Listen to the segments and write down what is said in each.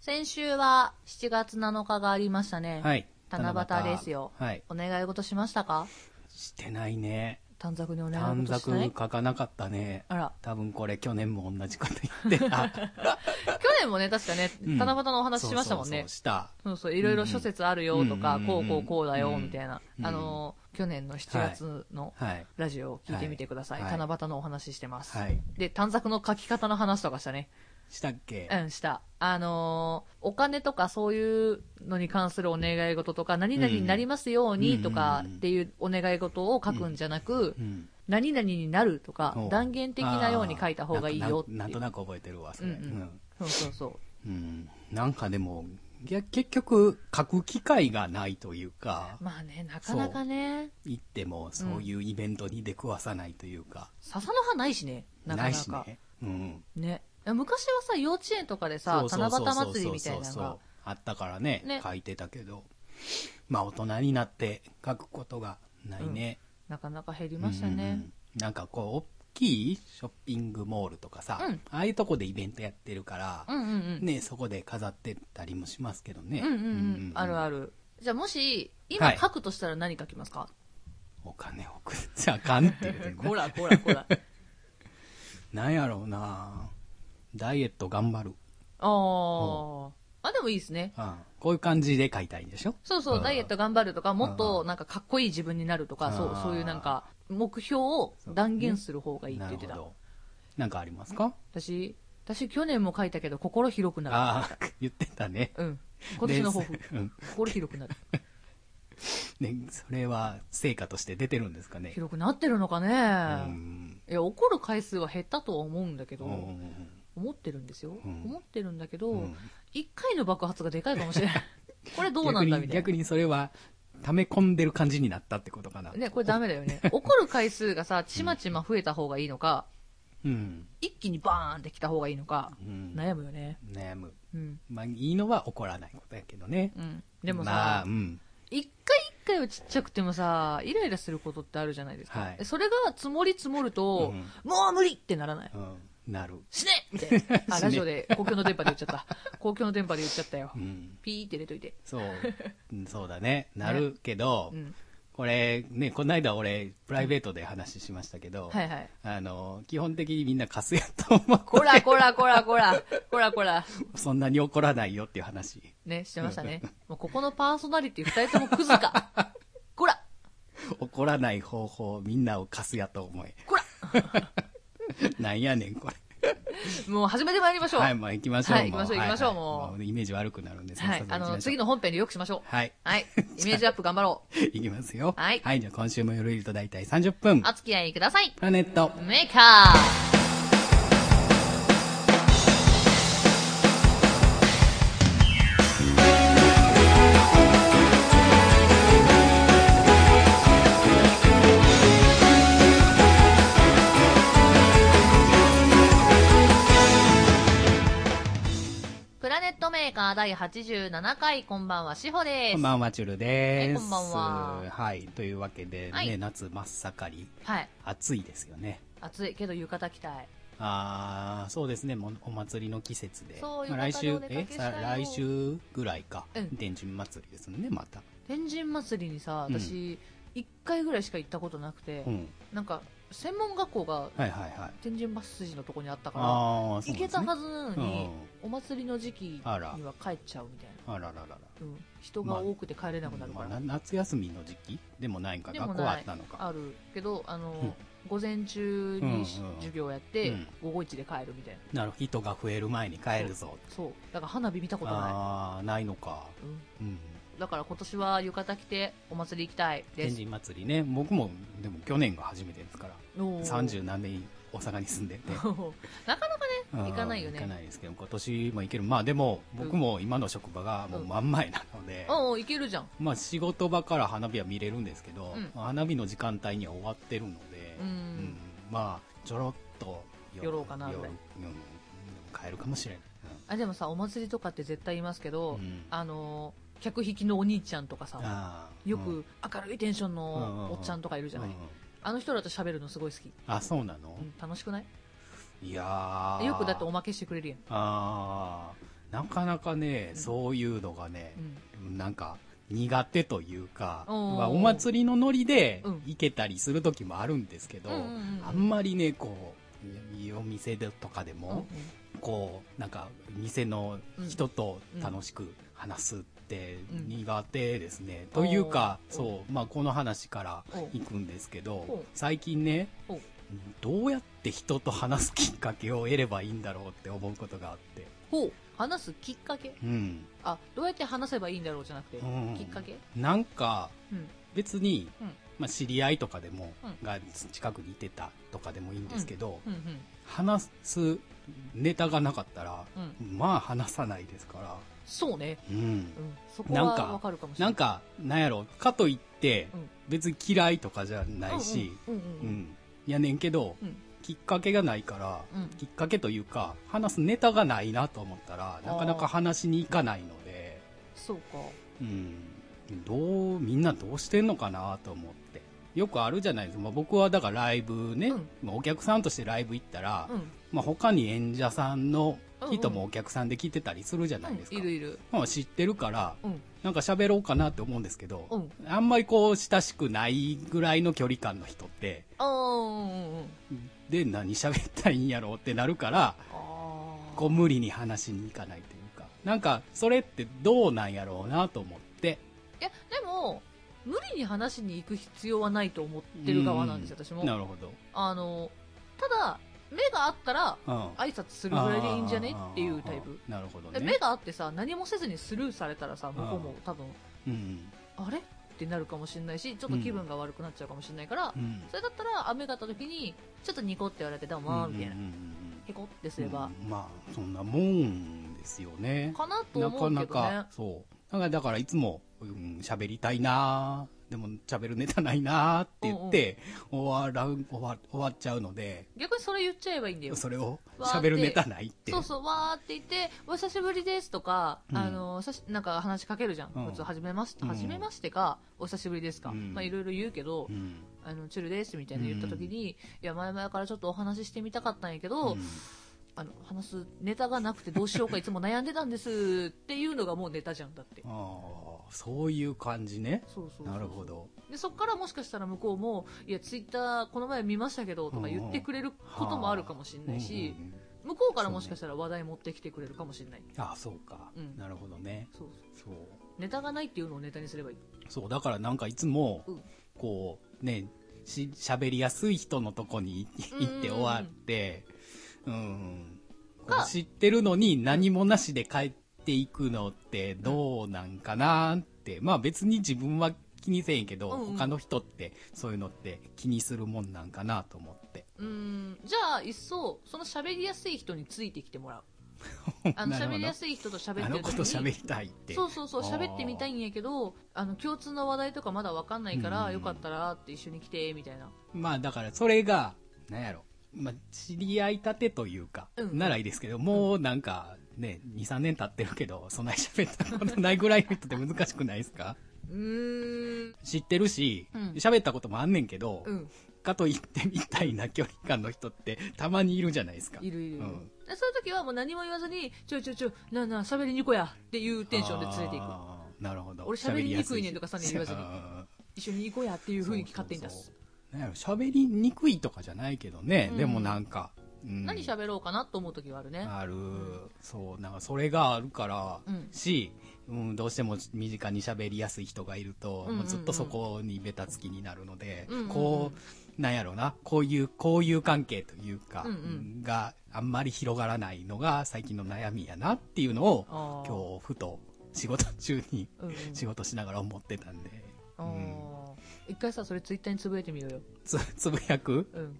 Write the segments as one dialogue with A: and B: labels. A: 先週は7月7日がありましたね。
B: はい。
A: 七夕ですよ
B: はい。
A: お願い事しましたか
B: してないね。
A: 短冊にお願い
B: 短
A: 事し
B: 冊
A: ない
B: 書かなかったね。
A: あら、
B: 多分これ去年も同じこと 言ってた。
A: 去年もね、確かね、
B: うん
A: 七夕のお話しましたもん
B: そうそうそ
A: ね
B: う。した。
A: そうそう、いろいろ諸説あるよとか
B: うん、
A: こうこうこうだよ、
B: うん
A: みたいな
B: う。ん
A: あのー、去年の7月の
B: はい。
A: ラジオを聞いてみてください。
B: はい
A: 七夕のお話ししてます。
B: はい。
A: で、短冊の書き方の話とかしたね。
B: したっけ
A: うん、した。あのーお金とかそういうのに関するお願い事とか、何々になりますようにとか
B: うん
A: っていうお願い事を書くんじゃなく、
B: うん。
A: 何々になるとか
B: お、
A: 断言的なように書いた方がいいよって
B: あ
A: い
B: ー
A: う。
B: なんとなく覚えてるわ、それ。
A: う
B: うん
A: うんそ
B: ん。
A: うそ うそう。
B: うん。なんかでも、いや結局、書く機会がないというか、
A: まあね、なかなかね、
B: 行ってもそういうイベントに出くわさないというか、
A: 笹の葉ないしね、なか
B: い
A: な
B: し
A: か。
B: ね。うん。
A: ね。昔はさ、幼稚園とかでさ、
B: そう
A: 七
B: そうそう
A: 夕
B: そう
A: 祭りみたいなの
B: そうそう
A: が
B: そう。あったからね
A: ね
B: 書いてたけどまあ大人になって書くことがないね、
A: なかなか減りましたね。
B: うんうんうんなんかこう大きいショッピングモールとかさ、
A: うん
B: ああいうとこでイベントやってるから、
A: うんうんうん。
B: ねそこで飾ってたりもしますけどね
A: うんうんうん。ある
B: る
A: ある。じゃあもし、今
B: はい
A: 書くとしたら何書きますか、
B: お金を送っちゃあかんっていうね
A: こらこらこら。
B: なんやろうなダイエット頑張る
A: あー。あ、でもいいですね。
B: ああこういう感じで書いたいんでしょ
A: そうそう、
B: ん
A: ダイエット頑張るとか、もっと
B: う
A: なんかかっこいい自分になるとか、そうう、
B: ん
A: そういうなんか、目標を断言する方がいいって
B: な
A: 言
B: る
A: って
B: ほ
A: た。
B: どなんかありますか
A: 私、私去年も書いたけど、心広くな
B: ああ言ってたね
A: る。うん。今年の抱負
B: で、 うん
A: 心広くなる。
B: ね、それは成果として出てるんです かね。
A: 広くなってるのかね、
B: うん
A: いや怒る回数は減ったとは思うんだけ
B: う
A: ど、
B: ん
A: 思ってるんですよ、
B: うん
A: 思ってるんだけ
B: う
A: ど、
B: ん
A: 一1回の爆発がでかいかもしれない これどうな
B: 逆
A: んだみ
B: に
A: たい
B: 逆にそれは溜め込んでる感じになったってことかな。
A: なねこれダメだよ ね怒る回数がさちまちま増えた方がいいのか
B: うん、
A: 一気にバーンってきた方がいいのか
B: うん
A: 悩むよね
B: 悩む。
A: うん、
B: まあ、いいのは怒らないことやけどね。
A: うん、でも
B: まあ、
A: さ
B: うん。
A: 一回一回はちっちゃくてもさイライラすることってあるじゃないですか、
B: はい
A: それが積もり積もると、もう無理ってならない
B: うん、なる。
A: 死ねみたいな。あ、
B: 死ね
A: ラジオで公共の電波で言っちゃった。公共の電波で言っちゃったよ
B: う。ん。
A: ピーって入れといて。
B: そう、うんそうだね。なるけど、
A: うん。
B: これ、ね、この間俺、プライベートで話しましたけど、
A: はいはい。
B: あの、基本的にみんなカスやと思う。
A: こらこらこらこら、こらこら。
B: そんなに怒らないよっていう話。
A: ね、してましたね。もうここのパーソナリティ二人ともクズか。こら
B: 怒らない方法みんなを貸すやと思え
A: こら
B: なんやねんこれ
A: もう始めてまいりましょう。
B: は
A: はいい。
B: もう行きましょう
A: はい行きましょう行きましょう
B: はいはい
A: もう
B: イメージ悪くなるんです
A: あの、次
B: の
A: の本編でよくしましょう。
B: はい
A: はい。イメージアップ頑張ろう。
B: 行きますよ
A: はい
B: じゃあ今週も夜いると大体30分
A: お付き合いください。
B: プラネット
A: メーカープラネットメーカー第87回、こんばんは、しほで
B: こ
A: す。
B: んばんはチュル
A: はい
B: です、
A: こんばんはい
B: というわけでね、
A: はい
B: 夏真っ盛り
A: はい。
B: 暑いですよね
A: 暑いけど浴衣着たい。
B: あーそうですねもうお祭りの季節で
A: そう
B: まあ来
A: 浴
B: 週
A: 衣でお出
B: え
A: かけした
B: さ
A: いよ
B: 来週ぐらいか、
A: うん
B: 天神祭りですねまた、
A: 天神祭りにさ、
B: うん
A: 私、一回ぐらいしか行ったことなくて、
B: うん、
A: なんか専門学校が
B: はいはいはい
A: 天神バス筋のとこにあったから
B: ああそう
A: 行
B: なんで
A: け
B: す
A: た
B: ね
A: はずなのに、お祭りの時期に
B: あら
A: は帰っちゃうみたい
B: あらららら
A: な、うん、人が多くて帰れなくなるから、
B: まあ夏休みの時期でもないんか
A: でもな
B: 学
A: い
B: 校はあったのか
A: あるけどあの、
B: ん
A: 午前中にし、
B: うんうん
A: 授業やって、
B: うん
A: 午後一で帰るみたいな
B: なるほど人が増える前に帰るぞ
A: そうだから花火見たことな
B: ああないのか、
A: い、うん、
B: うん、
A: だから今年は浴衣着てお祭り行きたいで
B: 天
A: す
B: 神祭りね僕もでも去年が初めてですから
A: おー
B: 30何年大阪に住んで て
A: なかなか
B: 行
A: かないよね
B: 行かないですけど今年も行けるまあでも僕も今の職場がもう真ん前なので、
A: おおいけるじゃん
B: まあ、仕事場から花火は見れるんですけど、
A: うん
B: 花火の時間帯には終わってるので、
A: うん
B: まあちょろっと
A: 寄ろうかな
B: 寄
A: ぐらい
B: うんでも帰るかもしれない、
A: あでもさお祭りとかって絶対言いますけど、
B: うんうん
A: あのー客引きのお兄ちゃんとかさ
B: あー
A: よ
B: うん
A: く明るいテンション
B: うんうんう
A: の
B: ん
A: おっちゃんとかいるじゃない、
B: うんうん
A: あの人らと喋るのすごい好き、
B: あそうなの
A: う、ん楽しくない
B: いやー
A: よくだっておまけしてくれるやん
B: あなかなかね、そういうのがね、なんか苦手というか、
A: おー
B: まあ、お祭りのノリで
A: うん
B: 行けたりする時もあるんですけど、
A: うんうんうんうん
B: あんまりね、こう、いいお店でとかで
A: うん
B: も、こう、なんか、店の人と楽しく話すって
A: うん
B: 苦手ですね。というか、
A: おー
B: そう、まあ、この話から
A: お
B: 行くんですけ
A: お
B: ど、最近ね
A: お、
B: どうやって人と話すきっかけを得ればいいんだろうって思うことがあって。
A: ほう話すきっかけ
B: うん。
A: あどうやって話せばいいんだろうじゃなくて、
B: うん
A: きっかけ
B: なんか、
A: うん
B: 別に、
A: うん
B: まあ、知り合いとかでも、
A: う
B: が近くにいてたとかでもいいんですけど、
A: うん
B: 話すネタがなかったら、
A: うんうん
B: まあ話さないですから、
A: そうね、
B: うん
A: うん、そこは
B: なんか
A: わかるかもしれな
B: ないんかなんやろかといって、
A: うん
B: 別に嫌いとかじゃないし、
A: うんうん
B: う
A: う
B: ん
A: んうん
B: やねんけど、
A: うん
B: きっかけがないから、
A: うん
B: きっかけというか話すネタがないなと思ったらなかなか話しに行かないので、
A: そうか
B: うん、どうみんなどうしてんのかなと思ってよくあるじゃないですか、まあ、僕はだからライブね、
A: うん
B: まあお客さんとしてライブ行ったら、
A: うん
B: まあ、他に演者さんの人
A: うん
B: も
A: う
B: お客さんで来てたりするじゃないですか、
A: うんいるいる
B: まあ、知ってるから
A: うん
B: なんか喋ろうかなって思うんですけど、
A: うん
B: あんまりこう親しくないぐらいの距離感の人って
A: あーうんうんうん
B: で何喋ったらいいんやろうってなるから
A: あー
B: こう無理に話しに行かないというかなんかそれってどうなんやろうなと思って
A: いやでも無理に話しに行く必要はないと思ってる側なんですよ、
B: う
A: 私
B: な
A: も
B: るほど、
A: あのただ目があったら
B: うん、
A: 挨拶するぐらいでいいんじゃねっていうタイプ
B: あーなるほど
A: で
B: ね
A: 目があってさ何もせずにスルーされたらさ向こうも多分
B: うん
A: あれってなるかもしれないしちょっと気分が悪くなっちゃうかもしれないから、
B: うん
A: それだったら雨があった時にちょっとニコって言われてどうもみたいな、
B: うんうんうん
A: へこってす
B: うん
A: れば、
B: うんまあそんなもんですよね
A: かなと
B: な
A: 思
B: か
A: うけど
B: な
A: ね
B: かそうだからだからいつもうん喋りたいなーでも喋るネタないなーって言って終わらん終わ終わっちゃうので
A: 逆にそれ言っちゃえばいいんだよ
B: それを
A: わーって
B: 喋るネタないって
A: そうそう、わーって言って、お久しぶりですとか、
B: うん
A: あの、さし、なんか話しかけるじゃん。
B: うん
A: 普通、はじめまして、
B: うん
A: はじめましてか、お久しぶりですか。
B: うん
A: まあ、いろいろ言うけど、
B: うん
A: あの、チュルですみたいな言った時に、いや、前々からちょっとお話ししてみたかったんやけど、
B: うん
A: あの、話すネタがなくてどうしようかいつも悩んでたんですっていうのがもうネタじゃんだって。
B: ああそういう感じね
A: そうそうそう
B: なるほ。ど
A: で、そっからもしかしたら向こうも、いや、ツイッターこの前見ましたけど、とか言ってくれることもあるかもしれないし
B: うん、うんうん
A: 向こうからもしかしたら話題持ってきてくれるかもしれない。
B: ああそうか、
A: うん
B: なるほどね
A: そうそう。
B: そう
A: ネタがないっていうのをネタにすればいい。
B: そう、だからなんかいつも
A: うん、
B: こう、ね、し、喋りやすい人のとこに
A: うんうんうん
B: 行って終わって、うん。こ
A: か
B: う知ってるのに何もなしで帰っていくのってどうなんかなって、まあ別に自分は気にせえへんけど、
A: うんうん
B: 他の人ってそういうのって気にするもんなんかなと思って。
A: うーん、じゃあ、いっそ、その喋りやすい人についてきて もらう。あの、
B: なるほど
A: 喋りやすい人と喋っ
B: あ
A: て
B: の
A: る
B: 子
A: 時
B: と喋り
A: に。
B: たいって。
A: そうそうそう、
B: あー
A: 喋ってみたいんやけど、あの、共通の話題とかまだわかんないか
B: う
A: ら、
B: ん
A: よかったらって一緒に来て、みたいな。
B: まあだからそれが、なんやろ、まあ知り合いたてというか、
A: うん
B: ならいいですけど、もうなんかね、2、3年経ってるけど、そんなに喋ったことないぐらいの人って難しくないですか
A: うーん。
B: 知ってるし
A: うん、
B: 喋、ったこともあんねんけど、
A: うん。
B: かといってみたいな距離感の人ってたまにいるじゃないですか。
A: いるいるいる。
B: うん
A: でそういう時はもう何も言わずに、ちょいちょいちょい、なあなあ、喋りに行こうやっていうテンションで連れていく。
B: あーなるほど。
A: 俺喋りにくいねんとかそんなん言わずに
B: に。
A: 一緒に行こうやっていう雰囲気勝手に出
B: そうそ
A: す
B: う。そう。なんやろ、喋りにくいとかじゃないけどね、
A: うん
B: でもなんか、うん
A: 何喋ろうかなと思う時はあるね。
B: ある、そう、なんかそれがあるから、
A: うん
B: し、うん、どうしても身近に喋りやすい人がいる
A: うんう
B: と、
A: んうん
B: もうずっとそこにベタつきになるので、
A: うんうんうん
B: こう、なんやろうな、こういう、こういう関係というか、
A: うんう
B: があんまり広がらないのが最近の悩みやなっていうのを、
A: あー
B: 今日ふと仕事中に、
A: うんうん
B: 仕事しながら思ってたんで、
A: あー一回さ、それツイッターにつぶやいてみようよ。
B: つ、 つぶやく
A: うん。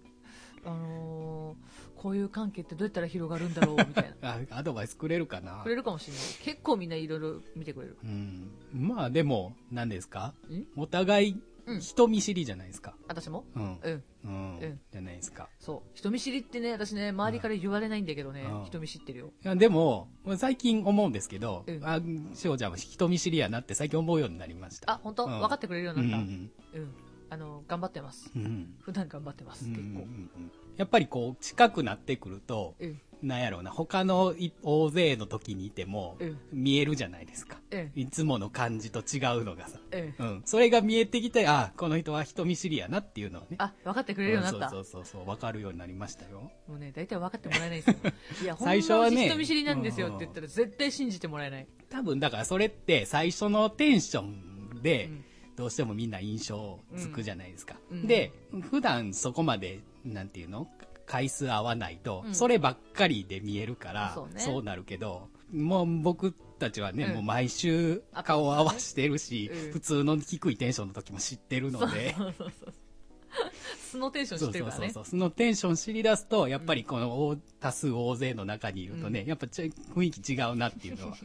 A: あのー、こういう関係ってどうやったら広がるんだろうみたい な。
B: あアドバイスくれるかな
A: くれるかもしれない。結構みんないろいろ見てくれる。
B: うん、まあでも、何ですか
A: ん
B: お互い
A: うん
B: 人見知りじゃないですか。
A: 私も
B: うん。
A: うん。
B: うん。
A: うん
B: じゃないですか。
A: そう。人見知りってね、私ね、周りから言われないんだけどね
B: う、ん
A: 人見知ってるよ。
B: いやでも、最近思うんですけど、
A: うん
B: あ、しおちゃんは人見知りやなって最近思うようになりました。
A: あ、本当、
B: うん
A: 分かってくれるよう
B: う
A: に
B: んう
A: なった。
B: ん
A: うん、あの、頑張ってます。
B: うん。うん
A: 普段頑張ってます、
B: うんうん
A: 結
B: うんう
A: 構。
B: んやっぱりこう、近くなってくると、
A: うん。
B: なんやろうな、他のい大勢の時にいても
A: うん、
B: 見えるじゃないですか。
A: うん
B: いつもの感じと違うのがさ。
A: うん
B: うん。それが見えてきて、あ、この人は人見知りやなっていうのをね。
A: あ、分かってくれるようになった。
B: うんそうそうそうそう、分かるようになりましたよ。
A: もうね、大体分かってもらえないんですよ。いや、
B: 最初は
A: ほん
B: ね
A: まに人見知りなんですよって言ったら絶対信じてもらえない。
B: 多分だからそれって最初のテンションで
A: うん
B: どうしてもみんな印象つくじゃないですか、
A: うん
B: で普段そこまでなんていうの回数合わないと
A: うん
B: そればっかりで見えるから、
A: そうね
B: そうなるけどもう僕たちはね、
A: うん
B: もう毎週顔を合わしてるし、
A: うん
B: 普通の低いテンションの時も知ってるので
A: そうそうそう。 素のテンション
B: そ
A: し
B: う
A: て
B: そ
A: る
B: う
A: から
B: そう
A: ね
B: そ。うそのテンション知り出すとやっぱりこの大多数大勢の中にいるとね、やっぱちょい雰囲気違うなっていうのは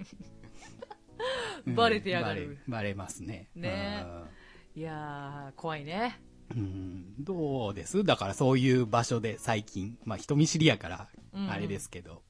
B: うん
A: バレてやがる
B: バレバレますね
A: ねいやー、怖いね。
B: うんうんどうですだからそういう場所で最近まあ人見知りやから
A: うんうん
B: あれですけど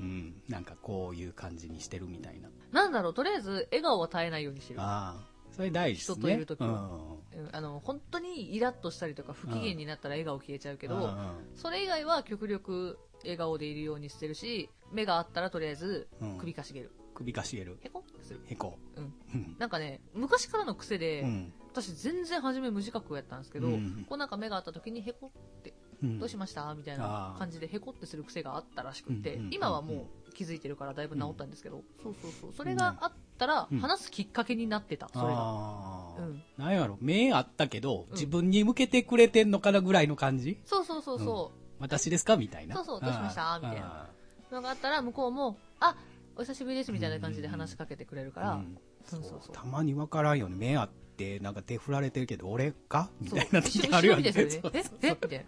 B: うん、なんかこういう感じにしてるみたいな
A: なんだろう、とりあえず笑顔は絶えないようにしてる。
B: ああそれ大事ですね
A: 人といる時は
B: うん
A: うんあの、本当にイラッとしたりとか不機嫌になったら笑顔消えちゃうけ
B: うんう
A: ど、
B: ん
A: それ以外は極力笑顔でいるようにしてるし、目があったらとりあえず
B: うん
A: 首かしげる。
B: 首かしげる
A: へこってする。
B: へこ
A: うん。
B: うん
A: なんかね、昔からの癖で、
B: うん
A: 私全然初め無自覚やったんですけど、
B: うん
A: こうなんか目があった時にへこって、
B: うん
A: どうしましたみたいな感じでへこってする癖があったらしくて、
B: うんうん
A: 今はもう気づいてるからだいぶ治ったんですけど、そうそうそう。それがあったら
B: うん
A: 話すきっかけになってた、それが。
B: ああ
A: うん
B: なんやろ、目あったけど
A: ん、
B: 自分に向けてくれてんのかなぐらいの感じ
A: そうそうそうそう。
B: 私ですかみたいな。
A: そうそうどうしました
B: あー
A: みたいな。のがあったら向こうも「あお久しぶりです」みたいな感じで話しかけてくれるか
B: あ
A: ら、
B: ーうん
A: そうそうそう
B: たまにわからんよね。目あって、なんか手振られてるけど、俺かみたいな
A: そう
B: 時
A: 一
B: ある
A: 緒
B: よ
A: に
B: ね。
A: ですよね
B: そう
A: ええみたいな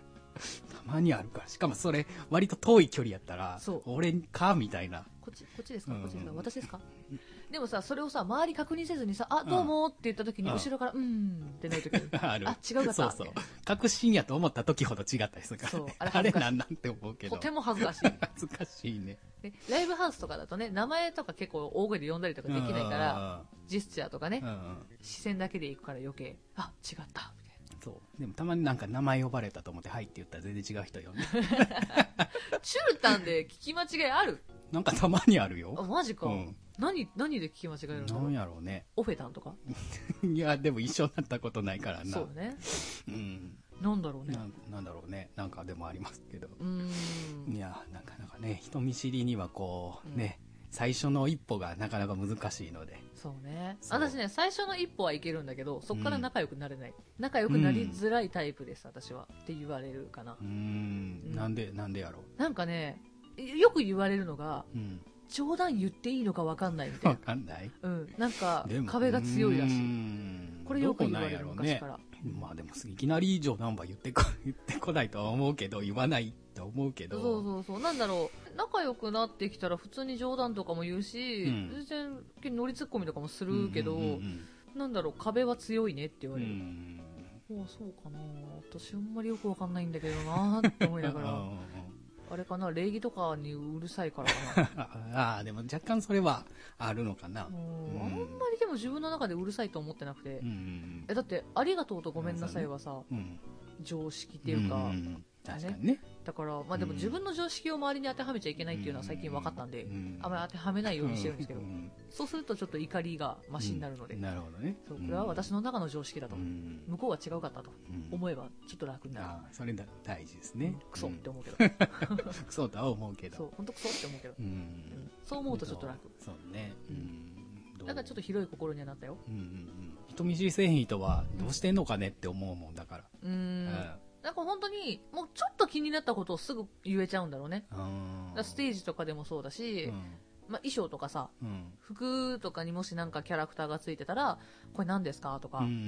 B: たまにあるから。しかもそれ、割と遠い距離やったら
A: そう、
B: 俺かみたいな。
A: こっちこっちですか
B: うん
A: こっちですか私ですかでもさそれをさ周り確認せずにさ「あどうも」って言った時に
B: うん
A: 後ろから「うーん」ってなる時ある
B: ある。
A: あ違うかった
B: そうそう。確信やと思った時ほど違ったりするか
A: そ
B: ら
A: う
B: ね。
A: あれ
B: あ
A: 恥
B: れ
A: ずかしい
B: なんなんて思う け
A: と
B: ど。
A: て
B: 恥
A: も恥ずかしい
B: ずかしいね。
A: でライブハウスとかだとね名前とか結構大声で呼んだりとかできないからジェスチャーとかね
B: うんうんうん。うんうん
A: 視線だけで行くから余計「あ違った」みたいな
B: そう。でもたまになんか名前呼ばれたと思って、はいって言ったら全然違う人よね。
A: 絨毯で聞き間違いある
B: なんかたまにある
A: あ
B: よ。
A: マジか、
B: うん
A: 何何で聞き間違える
B: なん
A: の
B: やろうね。
A: オフェタンとか
B: いや、でも一緒になったことないからな。
A: そうね
B: うん。
A: なんだろうね
B: ななんだろうね。なんかでもありますけど。
A: うーん
B: いや、なかなかね、人見知りにはこう、
A: うん
B: ね、最初の一歩がなかなか難しいので。
A: そうね
B: そう
A: 私ね最初の一歩はいけるんだけどそこから仲良くなれない、仲良くなりづらいタイプです私はって言われるかな
B: うーん,、
A: うん
B: ん。なんで、なんでやろ
A: なんかねよく言われるのが
B: う。うん。
A: 冗談言っていいのか分かんないみたい
B: わ
A: な、
B: かんない。
A: うん、なんか
B: でも。
A: 壁が強いらし
B: うー
A: い
B: ん
A: これよく言われ
B: ど
A: る
B: こなんや
A: 昔
B: ろ
A: か
B: うね
A: ら、
B: まあでも、いきなり以上ナンバー言ってこ、 言ってこないとは思うけど、言わないと思うけ
A: そ
B: ど。
A: うそうそうなんだろう仲良くなってきたら普通に冗談とかも言うし、
B: うん
A: 全然乗りツッコミとかもするけど、
B: うんうんうん
A: なんだろう壁は強いねって言
B: う
A: われる、
B: ん
A: ああそうかな私あんまりよくわかんないんだけどなーって思いなが
B: うんうん
A: ら
B: うん
A: あれかな礼儀とかにうるさいからかな
B: ああでも若干それはあるのかな
A: う、ん
B: うん
A: あんまりでも自分の中でうるさいと思ってなくて、
B: うん
A: えだって「ありがとう」と「ごめんなさい」はさ
B: うんうん、っ
A: 常識っていうか、
B: 確かにね
A: だからまあでも
B: うん
A: 自分の常識を周りに当てはめちゃいけないっていうのは最近分かったんで、
B: うん
A: あんまり当てはめないようにしてるんですけど、
B: う
A: そうするとちょっと怒りがマシになるので、
B: うんなるほどね
A: そうこれは私の中の常識だと、
B: うん
A: 向こうは違うかったと
B: うん
A: 思えばちょっと楽にな
B: ああそれだ大事です
A: る、
B: ね
A: クソっ
B: うん
A: て思うけど、
B: クソとは思うけど
A: そう本当クソって思うけど
B: う
A: うん
B: ん
A: そう思うとちょっと楽。
B: そうね
A: うん
B: うんどう
A: なんかちょっと広い心にはなったよ。
B: うんうんうん人見知りせえへん人はどうしてんのかねって思うもんだから
A: うーん。なんか本当に、もうちょっと気になったことをすぐ言えちゃうんだろうね。だからステ
B: ー
A: ージとかでもそうだし、
B: ジ
A: まあ衣装とかさ、
B: うんうん
A: 服とかにもしなんかキャラクターがついてたら、これ何ですかとか、
B: うんうんうんう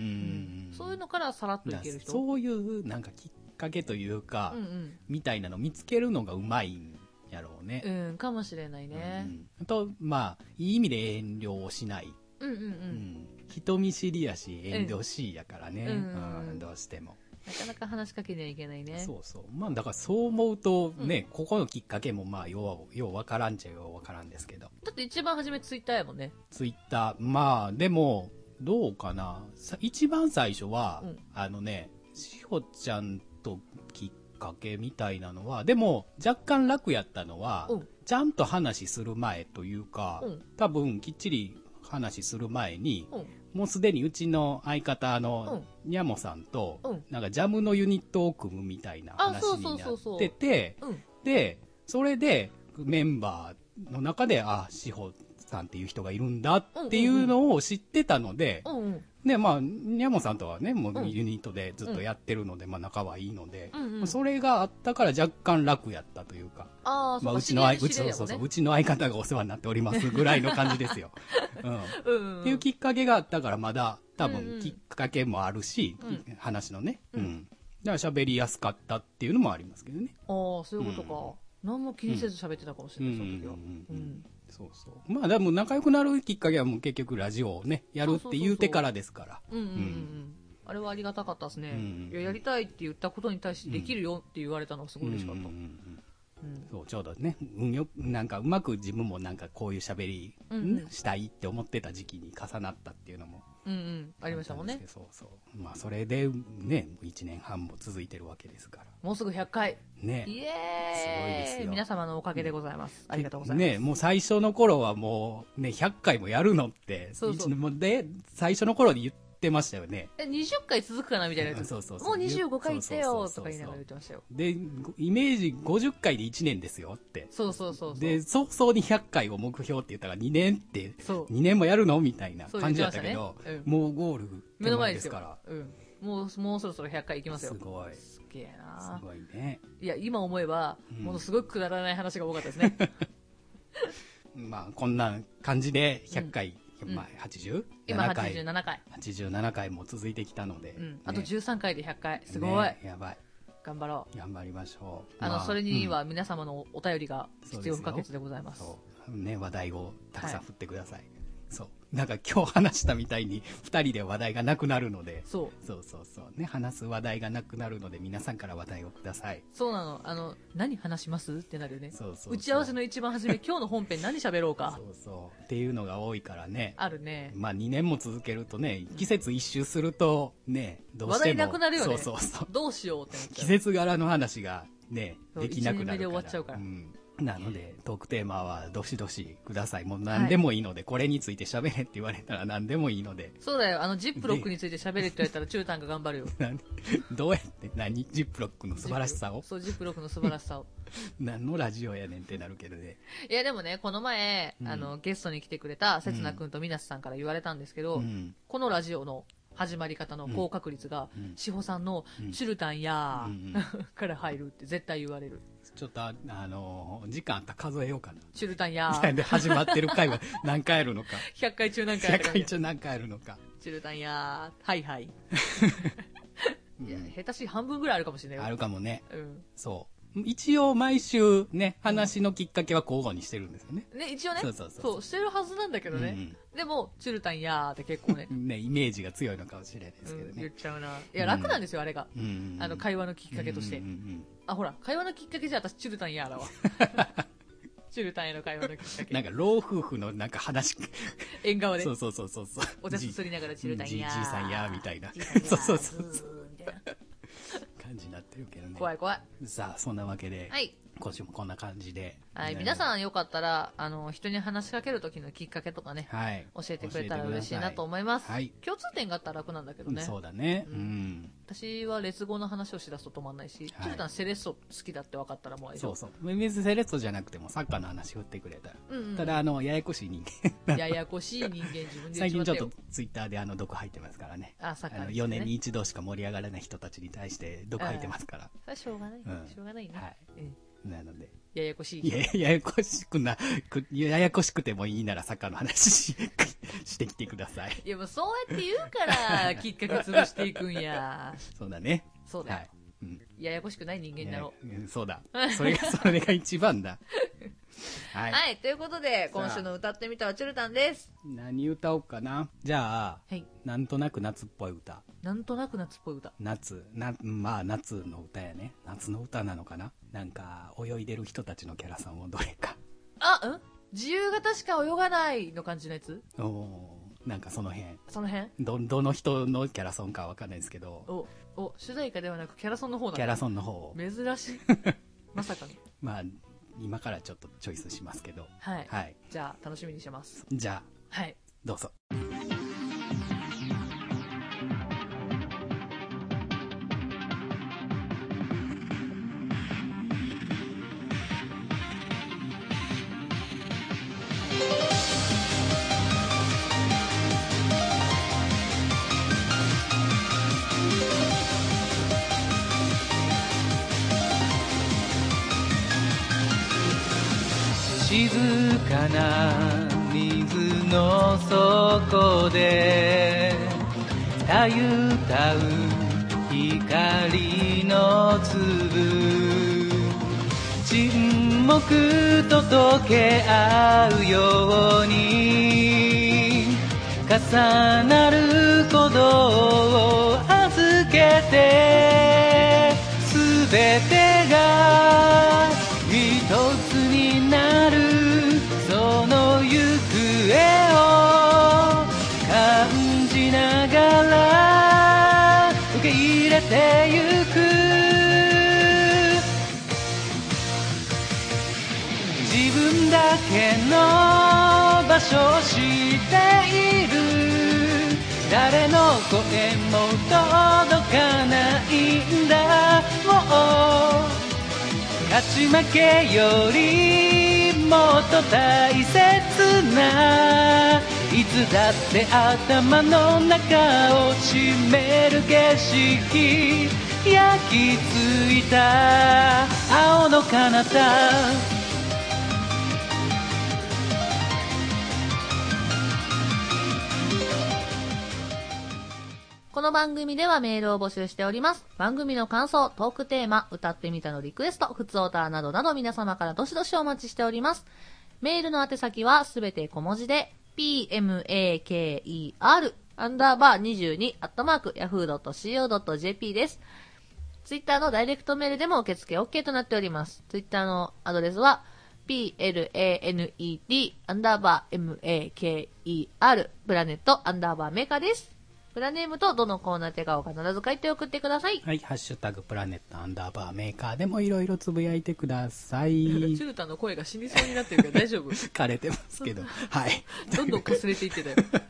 B: ん
A: そういうのからさらっといける人。
B: そういうなんかきっかけというか、
A: うん
B: みたいなの見つけるのがうまいんやろうね
A: う。ん。うん、かもしれないね。
B: うんとまあいい意味で遠慮をしない、
A: うんうんうん。
B: うん人見知りやし遠慮しいやからね、
A: うん
B: うんどうしても、
A: なかなか話しかけにはいけないね。
B: そうそうまあだからそう思うとね、ここのきっかけもまあようはようわからんちゃようわからんですけど
A: だって一番初めツイッターやもんね。
B: ツイッターまあでもどうかなさ一番最初は、
A: うん
B: あのねしほちゃんときっかけみたいなのは、でも若干楽やったのは、
A: うん
B: ちゃんと話する前というか、
A: うん
B: 多分きっちり話する前に、
A: うん。
B: もうすでにうちの相方のニャモさんと、
A: うん
B: なんかジャムのユニットを組むみたいな話
A: あそう
B: に
A: そう
B: な
A: そうそう
B: ってて、
A: うん。
B: で、それでメンバーの中で、あ、志保さんっていう人がいるんだっていうのを知ってたので、
A: うん。うん。
B: ね、まあ、ニャモさんとはね、も
A: う
B: うんユニットでずっとやってるので、まあ仲はいいので、
A: うんうん
B: それがあったから若干楽やったというか、
A: ああ、
B: ま
A: そ
B: あ
A: うう
B: ち
A: か
B: の相、
A: 知
B: う
A: り
B: ち、
A: 合い
B: そう
A: だも
B: そ
A: ね
B: うんそう、うちの相方がお世話になっておりますぐらいの感じですよ。うん。
A: うん
B: っていうきっかけがあったからまだ多
A: うんう
B: 分
A: ん
B: きっかけもあるし、
A: うん
B: 話のね、
A: う
B: うんんだから喋りやすかったっていうのもありますけどね、
A: ああ、そういうことか。何も気にせず喋ってたかもし
B: う
A: れ
B: んう
A: なんい、その時は。
B: う
A: うんん
B: そうそうまあでも仲良くなるきっかけはもう結局ラジオをねやるって言うてからですから
A: うんうんうんうん。あれはありがたかったですね
B: うん。
A: いや、やりたいって言ったことに対してできるよって言われたのがすごい嬉しかった。
B: うんうんうんうん
A: うん
B: そうちょうどね運よなんかうまく自分もなんかこういう喋り、
A: うんうん
B: したいって思ってた時期に重なったっていうのも
A: うんうん。ありましたもん
B: あっ
A: ね
B: で。すけどそうそうまあそれでね1年半も続いてるわけですから
A: もうすぐ100回。
B: ね
A: イ
B: すごいで
A: エー
B: す
A: イ
B: よ
A: 皆様のおかげでございます。ありがとうございます。
B: ね、もう最初の頃はもう、ね、100回もやるのって、
A: そうそう
B: 一年もで、最初の頃に言ってましたよね。
A: え、20回続くかなみたいなやつ。
B: そうそうそう
A: もう25回行ったよ
B: そ
A: と
B: うそうそうそう
A: か言いながら言ってましたよ。
B: で、ごイメージ50回で1年ですよって。
A: そうそうそうそう。
B: で、早々に100回を目標って言ったら2年って、
A: そう
B: 2年もやるのみたいな
A: そう
B: 感じだったけど、
A: 言ってましたね
B: もうゴール
A: 目の前
B: 手
A: ですよ。
B: から。
A: うん。もう、もうそろそろ100回行きますよ。
B: すごい
A: すげえ
B: す
A: な
B: ごいね。
A: いや、今思えば、
B: うん
A: ものすごくくだらない話が多かった ですね。
B: まあ、こんな感じで100回、
A: ん
B: まあ、80?
A: 今
B: 7回
A: 87回。
B: 87回も続いてきたので。
A: うん。あと
B: ね
A: 13回で100回。すごい。
B: ねやばい。
A: 頑張ろう。
B: 頑張りましょう。
A: あの、
B: ま
A: それに、
B: うん
A: は皆様のお便りが必要不可欠でございます。
B: そうね、話題をたくさん振ってください。そう。なんか今日話したみたいに、二人で話題がなくなるので、
A: そう。
B: そうそうそう。ね、話す話題がなくなるので、皆さんから話題をください。
A: そうなの。あの、何話しますってなるよね。
B: そうそうそう
A: 打ち合わせの一番初め、今日の本編何喋ろうか
B: そ。うそう。っていうのが多いからね。
A: あるね。
B: まあ2年も続けるとね、季節一周するとね、どうしても。
A: 話題なくなるよね。
B: そうそうそう。
A: どうしようってなっ
B: 季
A: ちゃう。
B: 節柄の話がね、
A: そう
B: できなくなるから。
A: 一年目で終わっちゃうから
B: んなので、トークテーマはどしどしください。もう何でもいいので、これについて喋れって言われたら何でもいいので、
A: そうだよ。あの、ジップロックについて喋れって言われたら、中短が頑張るよ。
B: 何どうやって何ジップロック の素晴らしさを
A: そう、ジップロックの素晴らしさを。
B: 何のラジオやねんってなるけどね。
A: いや、でもね、この前、
B: うん
A: あの、ゲストに来てくれた、せつな君とみなしさんから言われたんですけど、
B: うん。
A: このラジオの始まり方の高確率が、
B: うん
A: 志保さんの
B: う、ん
A: チュルタンや
B: うん
A: ー、 から入るって絶対言われる。
B: ちょっとあ、あのー時間あったら数えようか
A: チュルタンや
B: な。
A: ー。
B: で、始まってる回は何回あるのか。
A: 100回 中何回や
B: 100回中何回あるのか。
A: チュルタンやー。はいはい。いや、下手し半分ぐらいあるかもしれない
B: あ
A: よ。
B: るかもね。
A: うん。
B: そう。一応毎週ね、話のきっかけは交互にしてるんですよね。
A: ね、一応ね、
B: そうそうそう
A: してるはずなんだけどね。
B: うん、
A: でも、チュルタンやーって結構ね
B: ね、イメージが強いのかもしれないで
A: う
B: すけど
A: ん、言っ
B: ね。
A: ちゃうな。いや、楽なんですよ、あれが。
B: うん
A: あの、会話のきっかけとして。
B: うんうんうん
A: あ、ほら、会話のきっかけじゃ私、チュルタンやーだ わ。チュルタンへの会話のきっか
B: な
A: け。
B: んか、老夫婦のなんか話、
A: 縁側で
B: そ。うそうそうそうそう。
A: お茶すすりながらチュルタン
B: じ
A: やー。
B: じいさんやーみたいな
A: じいさんやー
B: そうそうそう
A: ずーみたいな
B: 感じになってるけどね。
A: 怖い怖い。
B: さあ、そんなわけで、
A: はい。
B: 今週もこんな感じで。
A: はい、
B: ね
A: 皆さんよかったら、あの、人に話しかける時のきっかけとかね、
B: はい。
A: 教えてくれたら嬉しいなと思います。
B: はい
A: 共通点があったら楽なんだけど
B: うん
A: ね。
B: そうだね。
A: う
B: うんん。
A: 私は劣語の話をしだすと止まんないし、
B: はい
A: チュルタンセレッソ好きだって分かったらもうあれ
B: そうそう。水セレッソじゃなくても、サッカーの話振ってくれたら。
A: うんうん
B: ただ、あの、ややこしい人間。
A: ややこしい人間自分で言
B: 最
A: っちまっ
B: 近ち
A: た
B: ょっ
A: よ
B: とツイッターであの毒吐いてますからね。
A: あサッカー
B: あの
A: ですね
B: 4年に一度しか盛り上がらない人たちに対して毒吐いてますから。
A: それはしょうがない、
B: うん
A: しょうがないね、
B: はい
A: うん
B: なので。
A: ややこしい
B: いや、ややこしくな、くややこしくてもいいならサッカーの話し してきてください。
A: いやもうそうやって言う からきっかけ潰していくんや
B: そうだね。
A: そうだよ
B: はい。うん。
A: ややこしくない人間になろう
B: うんそ うだ。それが、それが一番だ。は。
A: はいい、ということで今週の「歌ってみた」はチュルタンです
B: 何歌おうかな。じゃあ、
A: はい
B: なんとなく夏っぽい歌。
A: なんとなく夏っぽい歌
B: 夏、な、まあ夏の歌やね。夏の歌なのかな。なんか、泳いでる人たちのキャラさんをどれか。
A: あうん自由形しか泳がないの感じのやつ
B: おーなんかその辺。
A: その辺
B: ど、どの人のキャラソンかわかんないですけど、
A: お、お、主題歌ではなくキャラソンの方なんだ
B: キャラソンの方を、
A: 珍 しい。まさかの。
B: まあ、今からちょっとチョイスしますけど、
A: はい。
B: はい。
A: じゃあ、楽しみにしてます。
B: じゃあ、
A: はい。
B: どうぞ。
C: 静かな水の底でたゆたう光の粒沈黙と溶け合うように重なる鼓動を預けてすべてが一つになるその行方を感じながら受け入れてゆく自分だけの場所を知っている誰の声も届かないんだもう勝ち負けよりもっと大切ないつだって頭の中を占める景色焼き付いた青の彼方
A: この番組ではメールを募集しております。番組の感想、トークテーマ、歌ってみたのリクエスト、ふつおたなどなど皆様からどしどしお待ちしております。メールの宛先はすべて小文字で、pmaker、アンダーバー22、アットマーク、yahoo.co.jp です。ツイッターのダイレクトメールでも受付 OK となっております。ツイッターのアドレスは、planet アンダーバー maker プラネットアンダーバーメカです。プラネームとどのコーナー手がを必ず書いて送ってください。
B: はい、ハッシュタグプラネットアンダーバーメーカーでもいろいろつぶやいてください。
A: チュルタの声が死にそうになってるけど大丈夫
B: 枯れてますけど、はい。
A: どんどん擦れていってたよ。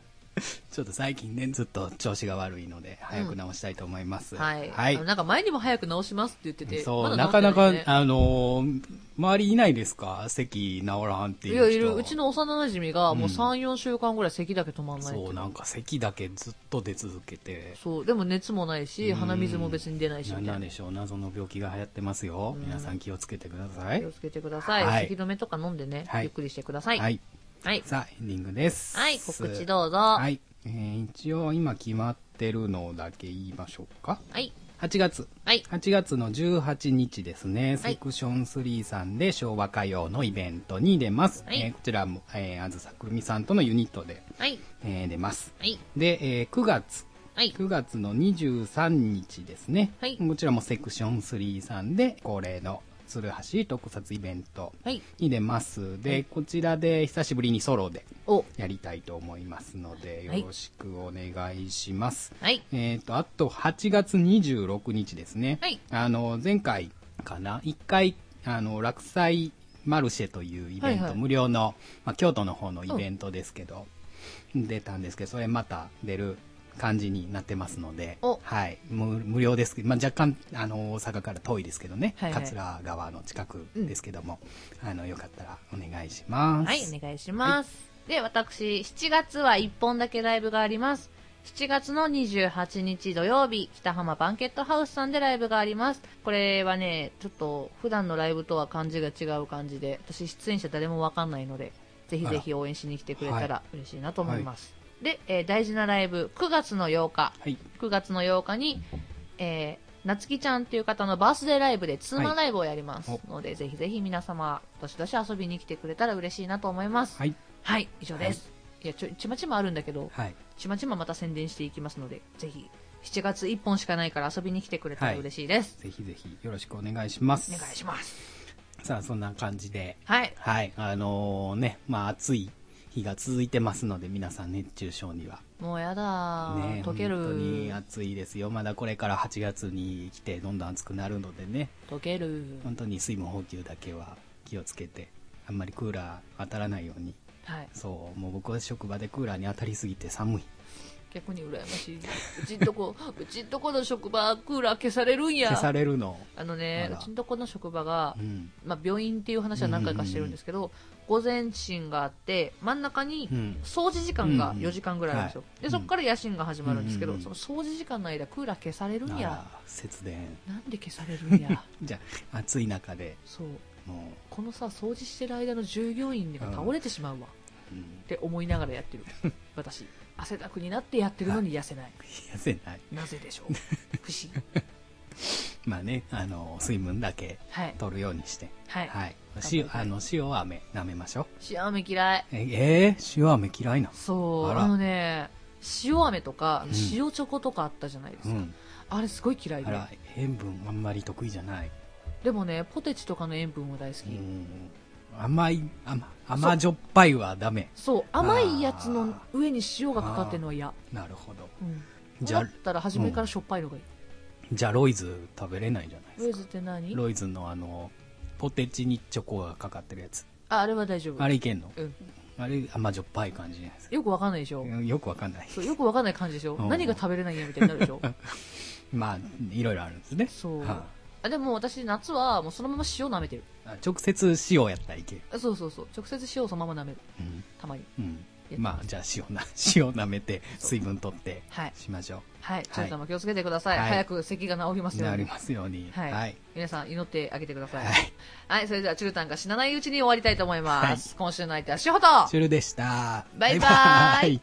B: ちょっと最近ね、ずっと調子が悪いので、早く直したいと思います。
A: はい。
B: はい
A: あの。なんか前にも早く直しますって言ってて、
B: そう、
A: まだ
B: な
A: 直って
B: か
A: い
B: なか、
A: ね
B: あのー周りいないですか席直らんっていう
A: い
B: 人。
A: や、いる。うちの幼馴染がもう3、4週間ぐらい咳だけ止まんないって
B: そう、なんか席だけずっと出続けて。
A: そう。でも熱もないし、
B: うん
A: 鼻水も別に出ないし、み
B: な
A: た
B: ん
A: いな
B: なん。でしょう、謎の病気が流行ってますよ。皆さん気をつけてください
A: 気を。つけてください。
B: はい
A: 咳止めとか飲んでね、
B: はい
A: ゆっくりしてください。
B: は
A: はい。
B: い。
A: はい。
B: さあ、エンディングです。
A: 告知どうぞ。は。
B: はいい。えー一応今決まってるのだけ言いましょうか。
A: はい。
B: 8月。8月の18日ですね、セクション3さんで昭和歌謡のイベントに出ます。
A: はい
B: えーこちらも、えー、あずさくるみさんとのユニットで、
A: はい。
B: えー出ます。
A: はい。
B: で、えー9月。
A: はい。
B: 9月の23日ですね。
A: はい
B: こちらもセクション3さんで恒例の鶴橋特撮イベント
A: はい。
B: に出ます。で、こちらで久しぶりにソロで
A: お。
B: やりたいと思いますので、
A: はい
B: よろしくお願いします。
A: はい。
B: えっ、と、あと8月26日ですね。
A: はい
B: あの、前回かな、1回、あの、落栽マルシェというイベント、
A: はいはい
B: 無料の、まあ、京都の方のイベントですけど、出たんですけど、それまた出る感じになってますので
A: お、
B: はい、無無料ですけど、まあ、若干、あの、大阪から遠いですけどね、
A: はいはい
B: 桂川の近くですけども、あの、よかったらお願いします。
A: はい、お願いします。で、私、7月は1本だけライブがあります。7月の28日土曜日、北浜バンケットハウスさんでライブがあります。これはね、ちょっと普段のライブとは感じが違う感じで、私出演者誰もわかんないので、ぜひぜひ応援しに来てくれた
B: あらは
A: ら嬉しいなと思います。で、えー大事なライブ、9月の8日、
B: はい。
A: 9月の8日に、えー、なつきちゃんっていう方のバースデーライブでツーマンライブをやります
B: はい
A: ので、ぜひぜひ皆様、どしどし遊びに来てくれたら嬉しいなと思います。
B: はい。
A: はい、以上です。い、や、ちょ、ちまちまあるんだけど、
B: はい。
A: ちまちままた宣伝していきますので、ぜひ、7月1本しかないから遊びに来てくれたら嬉しいです。
B: ぜひぜひよろしくお願いします。
A: お願いします。
B: さあ、そんな感じで、
A: はい。
B: はい、あのね、まあ暑い日が続いてますので、皆さん熱中症には。
A: もうやだー、
B: ね、
A: 溶け
B: 本当に
A: る
B: 暑いですよ。まだこれから8月に来て、どんどん暑くなるのでね、
A: 溶ける
B: 本当に水分補給だけは気をつけて、あんまりクーラー当たらないように。
A: はい
B: そう、もう僕は職場でクーラーに当たりすぎて寒い。
A: 逆に羨ましいうちんとこうちんとこの職場クーラー消されるんや
B: 消されるの。
A: あのね
B: あら
A: うちんとこの職場が
B: う、ん。
A: まあ、病院っていう話は何回かしてるんですけど、午前診があって真ん中に
B: うん。
A: 掃除時間が
B: うん
A: 4時間ぐらいあるんですよ、
B: はい
A: でそこから夜診が始まるんですけど、
B: うん
A: その掃除時間の間クーラー消されるん
B: あ
A: や
B: ら、節電。
A: なんで消されるん や
B: じゃあ、暑い中で、
A: そう
B: も
A: このさ掃除してる間の従業員が倒れてしまうわ、っ
B: う、うん、
A: て思いながらやってる私汗だくになってやってるのに痩せない
B: 痩せない。
A: なぜでしょう 不思議
B: まあね、あの、水分だけ
A: はい
B: 取るようにして。
A: はい、
B: はい。
A: はい
B: 塩、あの、塩飴舐めましょう。
A: 塩飴嫌い
B: え、えー塩飴嫌いなの
A: そう
B: あ
A: あ
B: ら
A: のね塩飴とか
B: うん
A: 塩チョコとかあったじゃないですか、
B: うん。
A: あれすごい嫌い
B: あ
A: で
B: ら、塩分あんまり得意じゃない。
A: でもねポテチとかの塩分も大好き、
B: うん。甘い、甘、甘じょっぱいはダメ。
A: そう甘いやつの上に塩がかかってるのは嫌、
B: なるほど。
A: うん、
B: じ
A: だ
B: ゃ
A: っ、たら初めからしょっぱいのがいい、
B: じゃあロイズ食べれないじゃない
A: ウェ
B: です
A: ズ
B: か
A: っ。て何
B: ロイズのあの、ポテチにチョコがかかってるやつ。
A: ああれは大丈夫
B: あれいけんの
A: うん、
B: あれ甘じょっぱい感じじゃないですか
A: よくわかんないでしょ、
B: うん。よくわかんない。
A: そうよくわかんない感じでしょ
B: うん
A: 何が食べれないんやみたいになるでしょ
B: まあ、いろいろあるんですね。
A: そう
B: は
A: あでも私夏はもうそのまま塩舐めてる
B: あ直接塩やったらいける。
A: あそうそうそう直接塩をそのまま舐める
B: うん。
A: たまに
B: うん
A: や。
B: まあ、じゃあ塩な、 塩舐めて、
A: そう
B: 水分取って、
A: はい
B: しましょ
A: はい皆さんも気をつけてください、
B: はい
A: 早く咳が治りま
B: う。
A: すよ
B: な
A: う
B: り
A: に
B: ますように。
A: はい
B: はい。
A: 皆さん祈ってあげてください
B: はい。
A: はい、それではチュルタンが死なないうちに終わりたいと思います、今週の相手はしほと
B: シュルでした。
A: バイバイ
B: イ